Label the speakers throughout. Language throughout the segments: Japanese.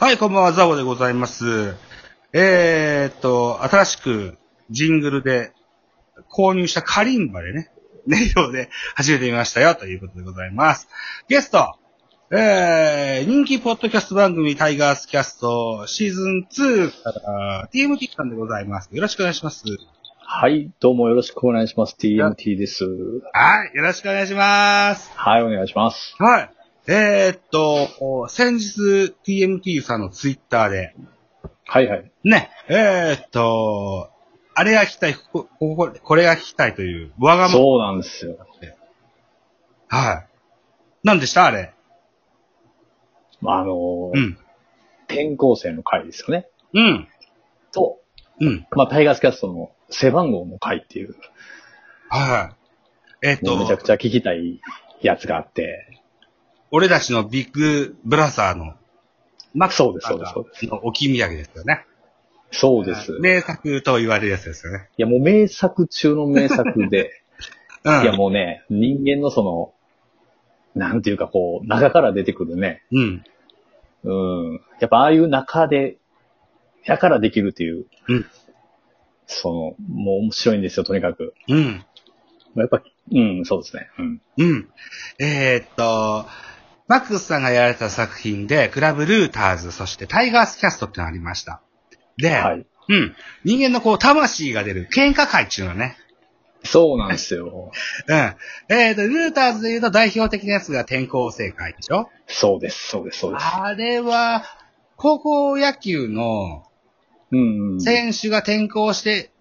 Speaker 1: はい、こんばんは、ザボでございます。えーっと、新しくジングルで購入したカリンバでね、音色で始めてみましたよ、ということでございます。ゲスト、えー、人気ポッドキャスト番組タイガースキャストシーズン2から TMT さんでございます。よろしくお願いします。
Speaker 2: はい、どうもよろしくお願いします。TMT です。
Speaker 1: はい、よろしくお願いします。
Speaker 2: はい、お願いします。
Speaker 1: はい。えーっと、先日 TMT さんのツイッターで、
Speaker 2: はいはい。
Speaker 1: ね、えーっと、あれが聞きたい、ここここれが聞きたいという、わがま
Speaker 2: そうなんですよ。
Speaker 1: ま。はい。何でしたあれ。
Speaker 2: まあ、あのー
Speaker 1: うん。
Speaker 2: 転校生の回ですよね。
Speaker 1: うん。
Speaker 2: と、
Speaker 1: うん。
Speaker 2: まあ、タイガースキャストの背番号の回っていう、
Speaker 1: はい。えーっ
Speaker 2: もうめちゃ
Speaker 1: と
Speaker 2: く、ちゃ聞きたいやつがあって、
Speaker 1: 俺たちのビッグブラザーの、マ
Speaker 2: そうですそうですそう
Speaker 1: です。の置き土産ですよね。
Speaker 2: そうです。い
Speaker 1: 名作と言われるやつですよね。
Speaker 2: や、もう名作中の名作 で、
Speaker 1: うん。
Speaker 2: いや、もうね、人間のその、なんていうかこう、中から出てくるね、
Speaker 1: うん。
Speaker 2: うん。やっぱああいう中で、やからできるっていう。
Speaker 1: うん
Speaker 2: その、もう面白いんですよ、とにかく。
Speaker 1: うん。
Speaker 2: やっぱ、うん、そうですね。うん。
Speaker 1: うん。えーっと、マックスさんがやられた作品で、クラブルーターズ、そしてタイガースキャストってのがありました。で、
Speaker 2: はい。
Speaker 1: うん。人間のこう、魂が出る喧嘩会っていうのね。
Speaker 2: そうなんですよ。
Speaker 1: うん。えーっと、ルーターズで言うと代表的なやつが転校生会でしょ
Speaker 2: そうです、そうです、そうです。
Speaker 1: あれは、高校野球の
Speaker 2: うん、うん。
Speaker 1: 選手が転校して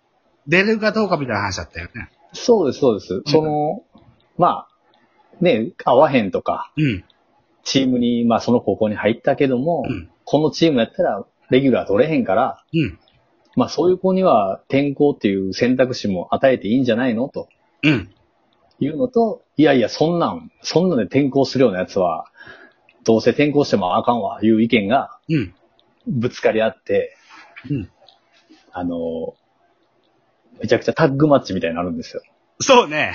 Speaker 1: 出るかどうかみたいな話だったよね。
Speaker 2: そうです、そうです。その、まあ、ね、合わへんとか、
Speaker 1: うん。
Speaker 2: チームに、まあその高校に入ったけども、
Speaker 1: うん。
Speaker 2: このチームやったら、レギュラー取れへんから、
Speaker 1: うん。
Speaker 2: まあそういう子には転校っていう選択肢も与えていいんじゃないのと。
Speaker 1: うん。
Speaker 2: いうのと、いやいや、そんなん、そんなんで転校するようなやつは、どうせ転校してもあかんわ、いう意見が
Speaker 1: うん。
Speaker 2: ぶつかり合って、
Speaker 1: うん
Speaker 2: あの、めちゃくちゃタッグマッチみたいになるんですよ。
Speaker 1: そうね。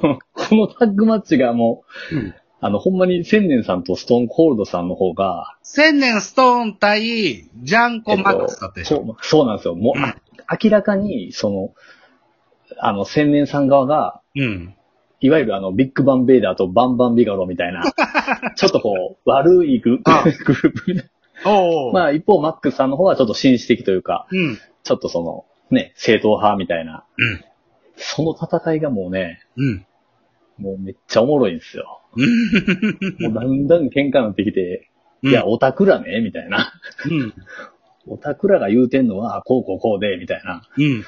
Speaker 2: このタッグマッチがもう、
Speaker 1: うん
Speaker 2: あの、ほんまに千年さんとストーンコールドさんの方が、
Speaker 1: 千年ストーン対ジャンコマックスだったでしょ、
Speaker 2: こうそうなんですよ。もう、あ明らかに、その、あの、千年さん側が、
Speaker 1: うん。
Speaker 2: いわゆるあの、ビッグバンベイダーとバンバンビガロみたいな、ちょっとこう、悪いググル
Speaker 1: あ
Speaker 2: ープみたい
Speaker 1: お
Speaker 2: な。
Speaker 1: お。
Speaker 2: まあ、一方、マックスさんの方はちょっと紳士的というか、
Speaker 1: うん。
Speaker 2: ちょっとその、ね、正統派みたいな。
Speaker 1: うん
Speaker 2: その戦いがもうね、
Speaker 1: うん。
Speaker 2: もうめっちゃおもろいんですよ。
Speaker 1: うん。
Speaker 2: もうだんだん喧嘩になってきて、いや、オタクらね、みたいな。
Speaker 1: うん。
Speaker 2: オタクらが言うてんのは、こうこうこうで、みたいな。
Speaker 1: うん。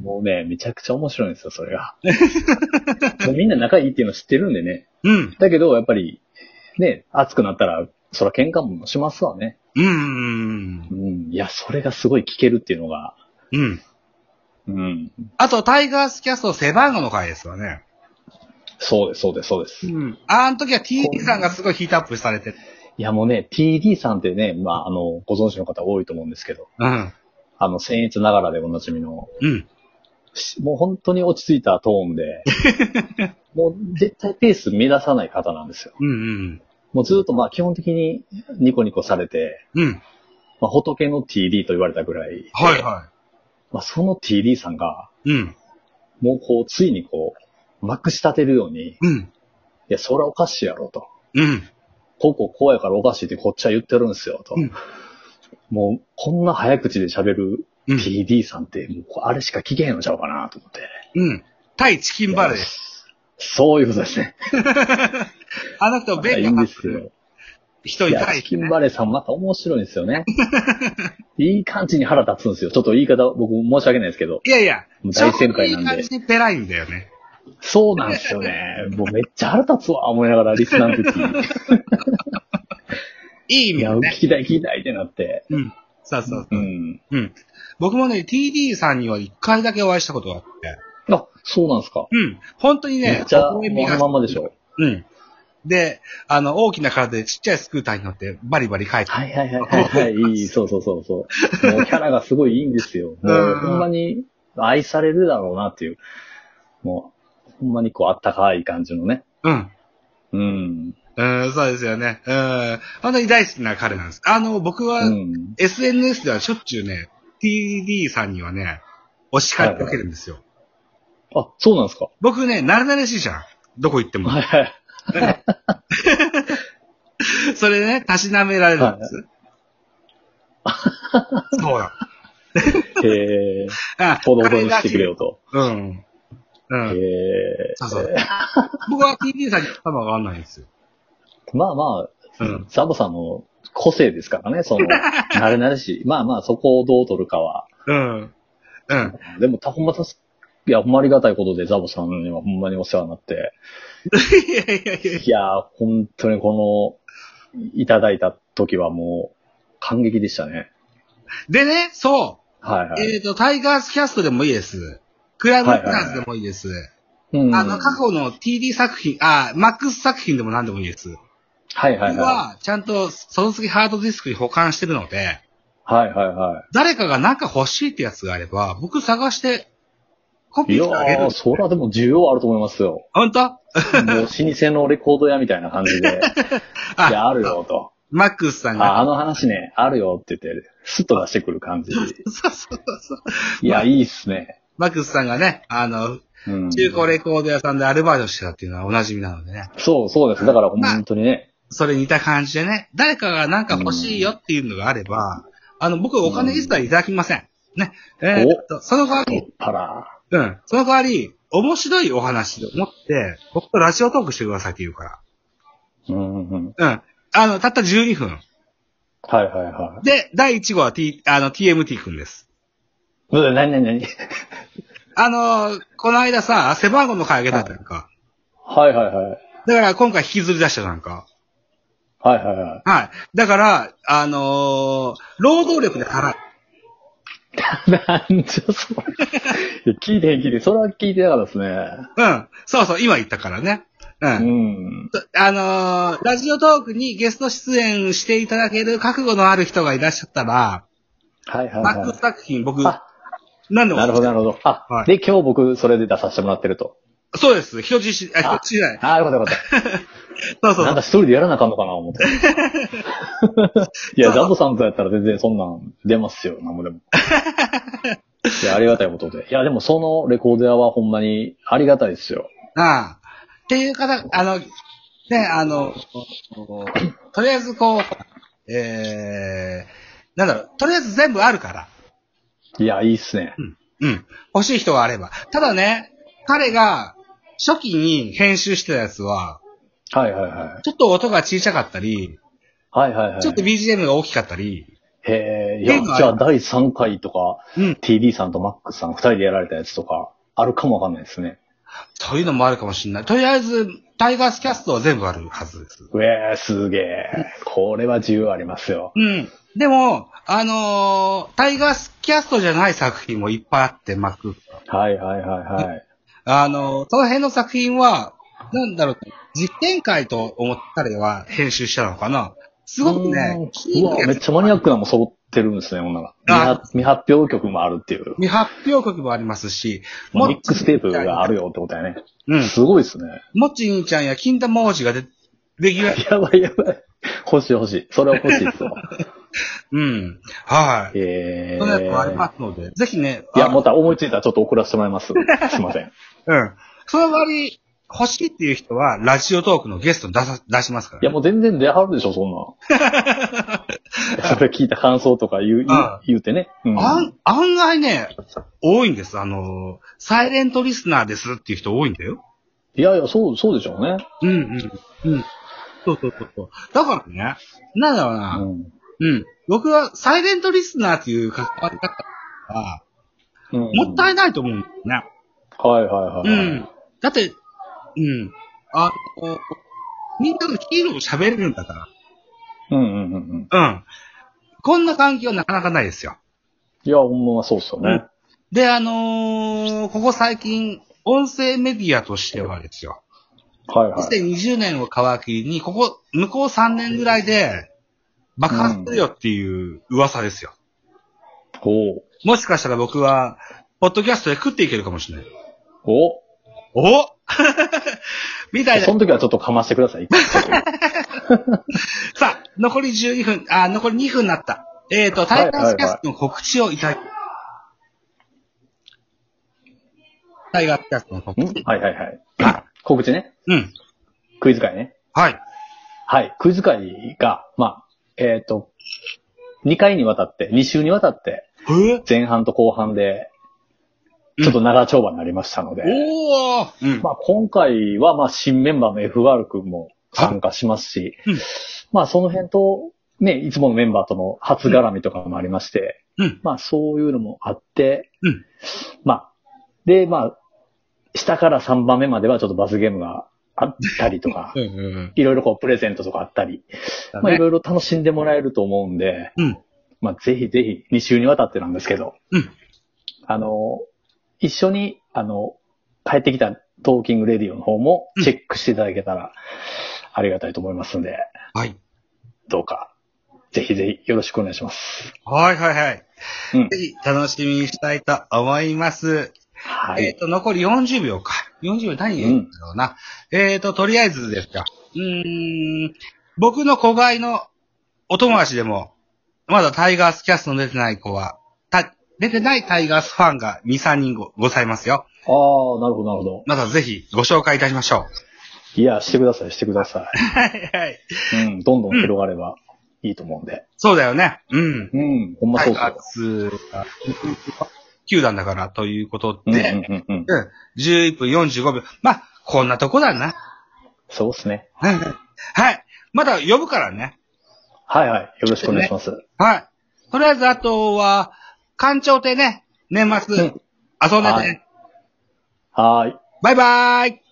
Speaker 2: もうね、めちゃくちゃ面白いんですよ、それが。もうみんな仲いいっていうの知ってるんでね。
Speaker 1: うん。
Speaker 2: だけど、やっぱり、ね、熱くなったら、そら喧嘩もしますわね。
Speaker 1: うん
Speaker 2: う。ん。いや、それがすごい聞けるっていうのが、
Speaker 1: うん。
Speaker 2: うん。
Speaker 1: あと、タイガースキャスト背番号の回ですよね。
Speaker 2: そうです、そうです、そうです。い
Speaker 1: ん。あの時は TD さんがすごいヒートアップされて
Speaker 2: や、もうね、TD さんってね、まあ、あの、ご存知の方多いと思うんですけど、
Speaker 1: うん。
Speaker 2: あの、僭越ながらでおなじみの、
Speaker 1: うん。
Speaker 2: しもう本当に落ち着いたト ーンで、もう絶対ペース目指さない方なんですよ。
Speaker 1: うん。
Speaker 2: もうずっとまあ基本的にニコニコされて、
Speaker 1: うん。うん。
Speaker 2: まあ仏の TD と言われたぐらい、
Speaker 1: はいは
Speaker 2: まあその TD さんが、
Speaker 1: い。うん。
Speaker 2: もうこう、ついにこう、まくし立てるように、い
Speaker 1: うん。
Speaker 2: や、そらおかしいやろと。
Speaker 1: うん。
Speaker 2: こうこうこうやからおかしいってこっちは言ってるんですよと。
Speaker 1: うん
Speaker 2: もう、こんな早口で喋る
Speaker 1: うん。
Speaker 2: TD さんって、もうこうあれしか聞けへんのちゃうかなと思って。
Speaker 1: うん。対チキンバレーです。
Speaker 2: そういうことですね。
Speaker 1: あの人、ベ
Speaker 2: い
Speaker 1: ンが
Speaker 2: いんで
Speaker 1: 立
Speaker 2: す
Speaker 1: つ
Speaker 2: よ。
Speaker 1: 人
Speaker 2: い
Speaker 1: に
Speaker 2: や、
Speaker 1: 対
Speaker 2: チ
Speaker 1: して
Speaker 2: キン
Speaker 1: ね。
Speaker 2: バレーさんまた面白いんですよね。 いい感じに腹立つんですよ。ちょっと言い方、僕申し訳ないですけど。
Speaker 1: いやいや、
Speaker 2: 大先輩なんで
Speaker 1: ちょうどいい感じにペライんだよね。
Speaker 2: そうなんですよね。もうめっちゃ腹立つわ、思いながらリスナーの時。
Speaker 1: いい意
Speaker 2: い
Speaker 1: 味
Speaker 2: や、
Speaker 1: だ
Speaker 2: 聞
Speaker 1: ね。
Speaker 2: きたい聞きたいってなって。
Speaker 1: うん。そうそうそうう。
Speaker 2: ん。
Speaker 1: うん。僕もね、TD さんには一回だけお会いしたことがあって。
Speaker 2: あ、そうなんですか。
Speaker 1: うん。本当に
Speaker 2: め
Speaker 1: ね
Speaker 2: っ、ちゃ、
Speaker 1: 微
Speaker 2: もう
Speaker 1: 笑み
Speaker 2: あ
Speaker 1: が
Speaker 2: のまんまでしょ。
Speaker 1: うん。で、あの、大きな体でちっちゃいスクーターに乗ってバリバリ帰って。
Speaker 2: はいはいはいはい、 はい。いい、そうそうそうそう。もうキャラがすごいいいんですよ。
Speaker 1: う
Speaker 2: もう、
Speaker 1: ん
Speaker 2: ほんまに愛されるだろうなっていう。もう、ほんまにこう、あったかい感じのね。
Speaker 1: うん。
Speaker 2: うん。
Speaker 1: うん、そうですよね。うん。本当に大好きな彼なんです。あの、僕は、
Speaker 2: うん。
Speaker 1: SNS ではしょっちゅうね、TD さんにはね、お叱りかけるんですよ。
Speaker 2: あ、そうなんですか
Speaker 1: 僕ね、慣れ慣れしいじゃん。どこ行っても。
Speaker 2: はいはい。
Speaker 1: それね、たしなめられるんです。そう だ。
Speaker 2: えー、
Speaker 1: あ
Speaker 2: ほどほどにしてくれよと。
Speaker 1: うん。う
Speaker 2: え
Speaker 1: ん。
Speaker 2: ー、
Speaker 1: そうそう。僕は TD さんに頭が合わないんですよ。
Speaker 2: まあまあ、
Speaker 1: うん
Speaker 2: ザボさんの個性ですからね、その、慣れ慣れしい。まあまあ、そこをどう取るかは。
Speaker 1: うん。うん。
Speaker 2: でも、たほんまたす、いや、ほんまありがたいことで、ザボさんにはほんまにお世話に なって。
Speaker 1: いやいやいや
Speaker 2: いやー、本当にこの、いただいた時はもう、感激でしたね。
Speaker 1: でね、そ
Speaker 2: はいは
Speaker 1: う。
Speaker 2: い。
Speaker 1: えっと、タイガースキャストでもいいです。クラブキャストでもいいです。
Speaker 2: うん
Speaker 1: あの、過去の TD 作品、あ、マックス作品でも何でもいいです。
Speaker 2: はいはい
Speaker 1: 僕
Speaker 2: は
Speaker 1: は、ちゃんと、その次ハードディスクに保管してるので、
Speaker 2: い。はいはいは
Speaker 1: 誰かがなんか欲しいってやつがあれば、僕探して、コ
Speaker 2: い。
Speaker 1: ピ
Speaker 2: い
Speaker 1: ー
Speaker 2: や
Speaker 1: してあげる
Speaker 2: ー、。そらでも需要あると思いますよ。
Speaker 1: ほんと
Speaker 2: もう老舗のレコード屋みたいな感 じで、いや、あるよと。
Speaker 1: マックスさんが。
Speaker 2: あ、あの話ね、あるよって言って、スッと出してくる感 じ。
Speaker 1: そうそうそう。
Speaker 2: いや、いいっすね。
Speaker 1: マックスさんがね、あの、
Speaker 2: うん。
Speaker 1: 中古レコード屋さんでアルバイトしてたっていうのはお馴染みなのでね。
Speaker 2: そう、そうです。だから本当にね。
Speaker 1: それに似た感じでね、誰かがなんか欲しいよっていうのがあれば、あの、僕お金一切いただきません。ね。えーっと、その代わ
Speaker 2: 太
Speaker 1: り、
Speaker 2: っ腹。
Speaker 1: うん。その代わり、面白いお話を持って、僕とラジオトークしてくださいって言うか
Speaker 2: うんうんうん。
Speaker 1: ら。うん。あの、たった12分。
Speaker 2: はいはいはい。
Speaker 1: で、第1号は T、あの、TMT くんです。
Speaker 2: うわ何何何
Speaker 1: あのーこの間さ、背番号の回あげたじゃんか。
Speaker 2: はいはいはい。
Speaker 1: だから今回引きずり出したじゃんか。
Speaker 2: はいはいはい。
Speaker 1: はい。だから、あのー労働力で払う。
Speaker 2: なんじゃそれ。いや聞いてへん聞いてへん。それは聞いてなかったですね。
Speaker 1: うん。そうそう、今言ったからね。うん。
Speaker 2: うん。
Speaker 1: とあのーラジオトークにゲスト出演していただける覚悟のある人がいらっしゃったら、
Speaker 2: はいはい
Speaker 1: マッ
Speaker 2: は
Speaker 1: ク
Speaker 2: い
Speaker 1: ス作品、僕、
Speaker 2: あ
Speaker 1: 何で。も
Speaker 2: なるほどなるほど。あ、
Speaker 1: はい
Speaker 2: で、今日僕それで出させてもらってると。
Speaker 1: そうです。人質し、あ、人質じゃない。
Speaker 2: ああ、よかったよかっ
Speaker 1: そうそ
Speaker 2: た。
Speaker 1: う そ
Speaker 2: なん
Speaker 1: う。
Speaker 2: か一人でやらなあかんのかな 思って。いや、ザボさんとやったら全然そんなん出ますよ、なんもでも。いや、ありがたいことで。いや、でもそのレコード屋はほんまにありがたいですよ。
Speaker 1: ああ。っていう方、あの、ね、あの、とりあえずこう、えー、なんだろう、とりあえず全部あるから。
Speaker 2: いや、いいっすね。
Speaker 1: うん。欲しい人があれば。ただね、彼が初期に編集してたやつは、
Speaker 2: はいはいはい。
Speaker 1: ちょっと音が小さかったり、
Speaker 2: はいはいはい。
Speaker 1: ちょっと BGM が大きかったり、
Speaker 2: へえ、いや、
Speaker 1: ゲームある
Speaker 2: じゃあ第3回とか、
Speaker 1: うん。
Speaker 2: TD さんとマックスさん2人でやられたやつとか、あるかもわかんないですね。
Speaker 1: そういうのもあるかもしれない。とりあえず、タイガースキャストは全部あるはずです。
Speaker 2: うえー、すげえ。これは自由ありますよ。
Speaker 1: うん。でも、あのータイガースキャストじゃない作品もいっぱいあって、マック。
Speaker 2: はいはいはいはい。
Speaker 1: あのーその辺の作品は、なんだろう、実験会と思ったらは編集したのかな。すごくね、
Speaker 2: うんうわ、めっちゃマニアックなのも揃ってるんですね、女が。未
Speaker 1: あ
Speaker 2: 発未発表曲もあるっていう。
Speaker 1: 未発表曲もありますし、
Speaker 2: ミ
Speaker 1: も
Speaker 2: ックステープがあるよってことやね。
Speaker 1: うん。
Speaker 2: すごいですね。
Speaker 1: もっちんちゃんや金玉王子がで、レギュラー。
Speaker 2: やばいやばい。欲しい欲しい。それは欲しいっす わ。
Speaker 1: うん。はい。
Speaker 2: え
Speaker 1: そのやつもあり
Speaker 2: ー。
Speaker 1: ますので、ぜひね、
Speaker 2: いや、
Speaker 1: あ
Speaker 2: また思いついたらちょっと送らせてもらいます。すいません。
Speaker 1: うん。その代わり、欲しいっていう人は、ラジオトークのゲストに出さ、出しますか
Speaker 2: い
Speaker 1: ら。
Speaker 2: や、もう全然出はるでしょ、そん なん。それ聞いた感想とか言う、言
Speaker 1: あ
Speaker 2: う言うてね。うん
Speaker 1: あん、案外ね、多いんです。あの、サイレントリスナーですっていう人多いんだよ。
Speaker 2: いやいや、そう、そうでしょうね。
Speaker 1: うんうん。うん。そうそうそうそう。だからね、なんだろうな。
Speaker 2: うん
Speaker 1: うん。僕は、サイレントリスナーっていう関わり方が、
Speaker 2: うん
Speaker 1: もったいないと思うんだよね。
Speaker 2: はいはいは
Speaker 1: う
Speaker 2: い。
Speaker 1: ん。だって、うん。あの、みんながヒーロー喋れるんだか
Speaker 2: うんうんうんうん。
Speaker 1: ら。うん。こんな環境なかなかないですよ。
Speaker 2: いや、ほんまはそうっすよね。
Speaker 1: で、あのーここ最近、音声メディアとしてはですよ。
Speaker 2: はいはい。
Speaker 1: 2020年を皮切りに、ここ、向こう3年ぐらいで、爆発するよっていう噂ですよ。
Speaker 2: おう
Speaker 1: もしかしたら僕は、ポッドキャストで食っていけるかもしれない。
Speaker 2: お
Speaker 1: おみたいな
Speaker 2: そ。の時はちょっとかましてください。 一回ちょっと
Speaker 1: さあ、残り12分、あ、残り2分になった。えっ、と、タイガースキャストの告知をいただき、タイガースキャストの告知。
Speaker 2: んはいはいはい
Speaker 1: あ。
Speaker 2: 告知ね。
Speaker 1: うん。
Speaker 2: クイズ会ね。
Speaker 1: はい。
Speaker 2: はい。クイズ会が、まあ、えっ、と、2回にわたって、2週にわたって、
Speaker 1: えー、
Speaker 2: 前半と後半で、ちょっと長丁場になりましたので、
Speaker 1: おーうん。
Speaker 2: まあ今回はまあ新メンバーの FR 君も参加しますし、
Speaker 1: はいうん
Speaker 2: まあその辺と、ね、いつものメンバーとの初絡みとかもありまして、
Speaker 1: うん。
Speaker 2: まあそういうのもあって、
Speaker 1: うん
Speaker 2: まあ、で、まあ、下から3番目まではちょっと罰ゲームがあったりとか
Speaker 1: う、んうん
Speaker 2: いろいろこうプレゼントとかあったり、
Speaker 1: うん。
Speaker 2: まあい
Speaker 1: ね
Speaker 2: ろいろ楽しんでもらえると思うんで、
Speaker 1: うん。
Speaker 2: まあぜひぜひ2週にわたってなんですけど、
Speaker 1: うん。
Speaker 2: あの、一緒に、あの、帰ってきたトーキングレディオの方もチェックしていただけたらありがたいと思いますので、
Speaker 1: はい。
Speaker 2: どうか、ぜひぜひよろしくお願いします。
Speaker 1: はいはいはい。
Speaker 2: うん
Speaker 1: ぜ。ひ楽しみにしたいと思います。
Speaker 2: は
Speaker 1: えっ、
Speaker 2: い。
Speaker 1: と、残り40秒か。40秒何言うんだろうな。えっ、と、とりあえずですか。うーん、僕の子飼いのお友達でも、まだタイガースキャストの出てない子は、た、出てないタイガースファンが2、3人ごございますよ。
Speaker 2: ああ、なるほど、なるほど。
Speaker 1: まだぜひご紹介いたしましょ
Speaker 2: いや、してください、してくださ
Speaker 1: う。はいはい。
Speaker 2: い。うん、どんどん広がればいいと思うんで。
Speaker 1: そうだよね。うん。
Speaker 2: うん、ほんま
Speaker 1: タ
Speaker 2: そ
Speaker 1: イ
Speaker 2: うそう
Speaker 1: ガ。ースが球団だからということ
Speaker 2: うん、うん、
Speaker 1: で、
Speaker 2: うんうん。
Speaker 1: うん、11分45秒。まあ、こんなとこだな。
Speaker 2: そうですね。
Speaker 1: はい。まだ呼ぶからね。
Speaker 2: はいはい。よろしくお願いします。
Speaker 1: はい。とりあえず、あとは、館長亭ね、年末、
Speaker 2: う
Speaker 1: 遊んで
Speaker 2: は
Speaker 1: ね
Speaker 2: い。はーい。
Speaker 1: バイバーイ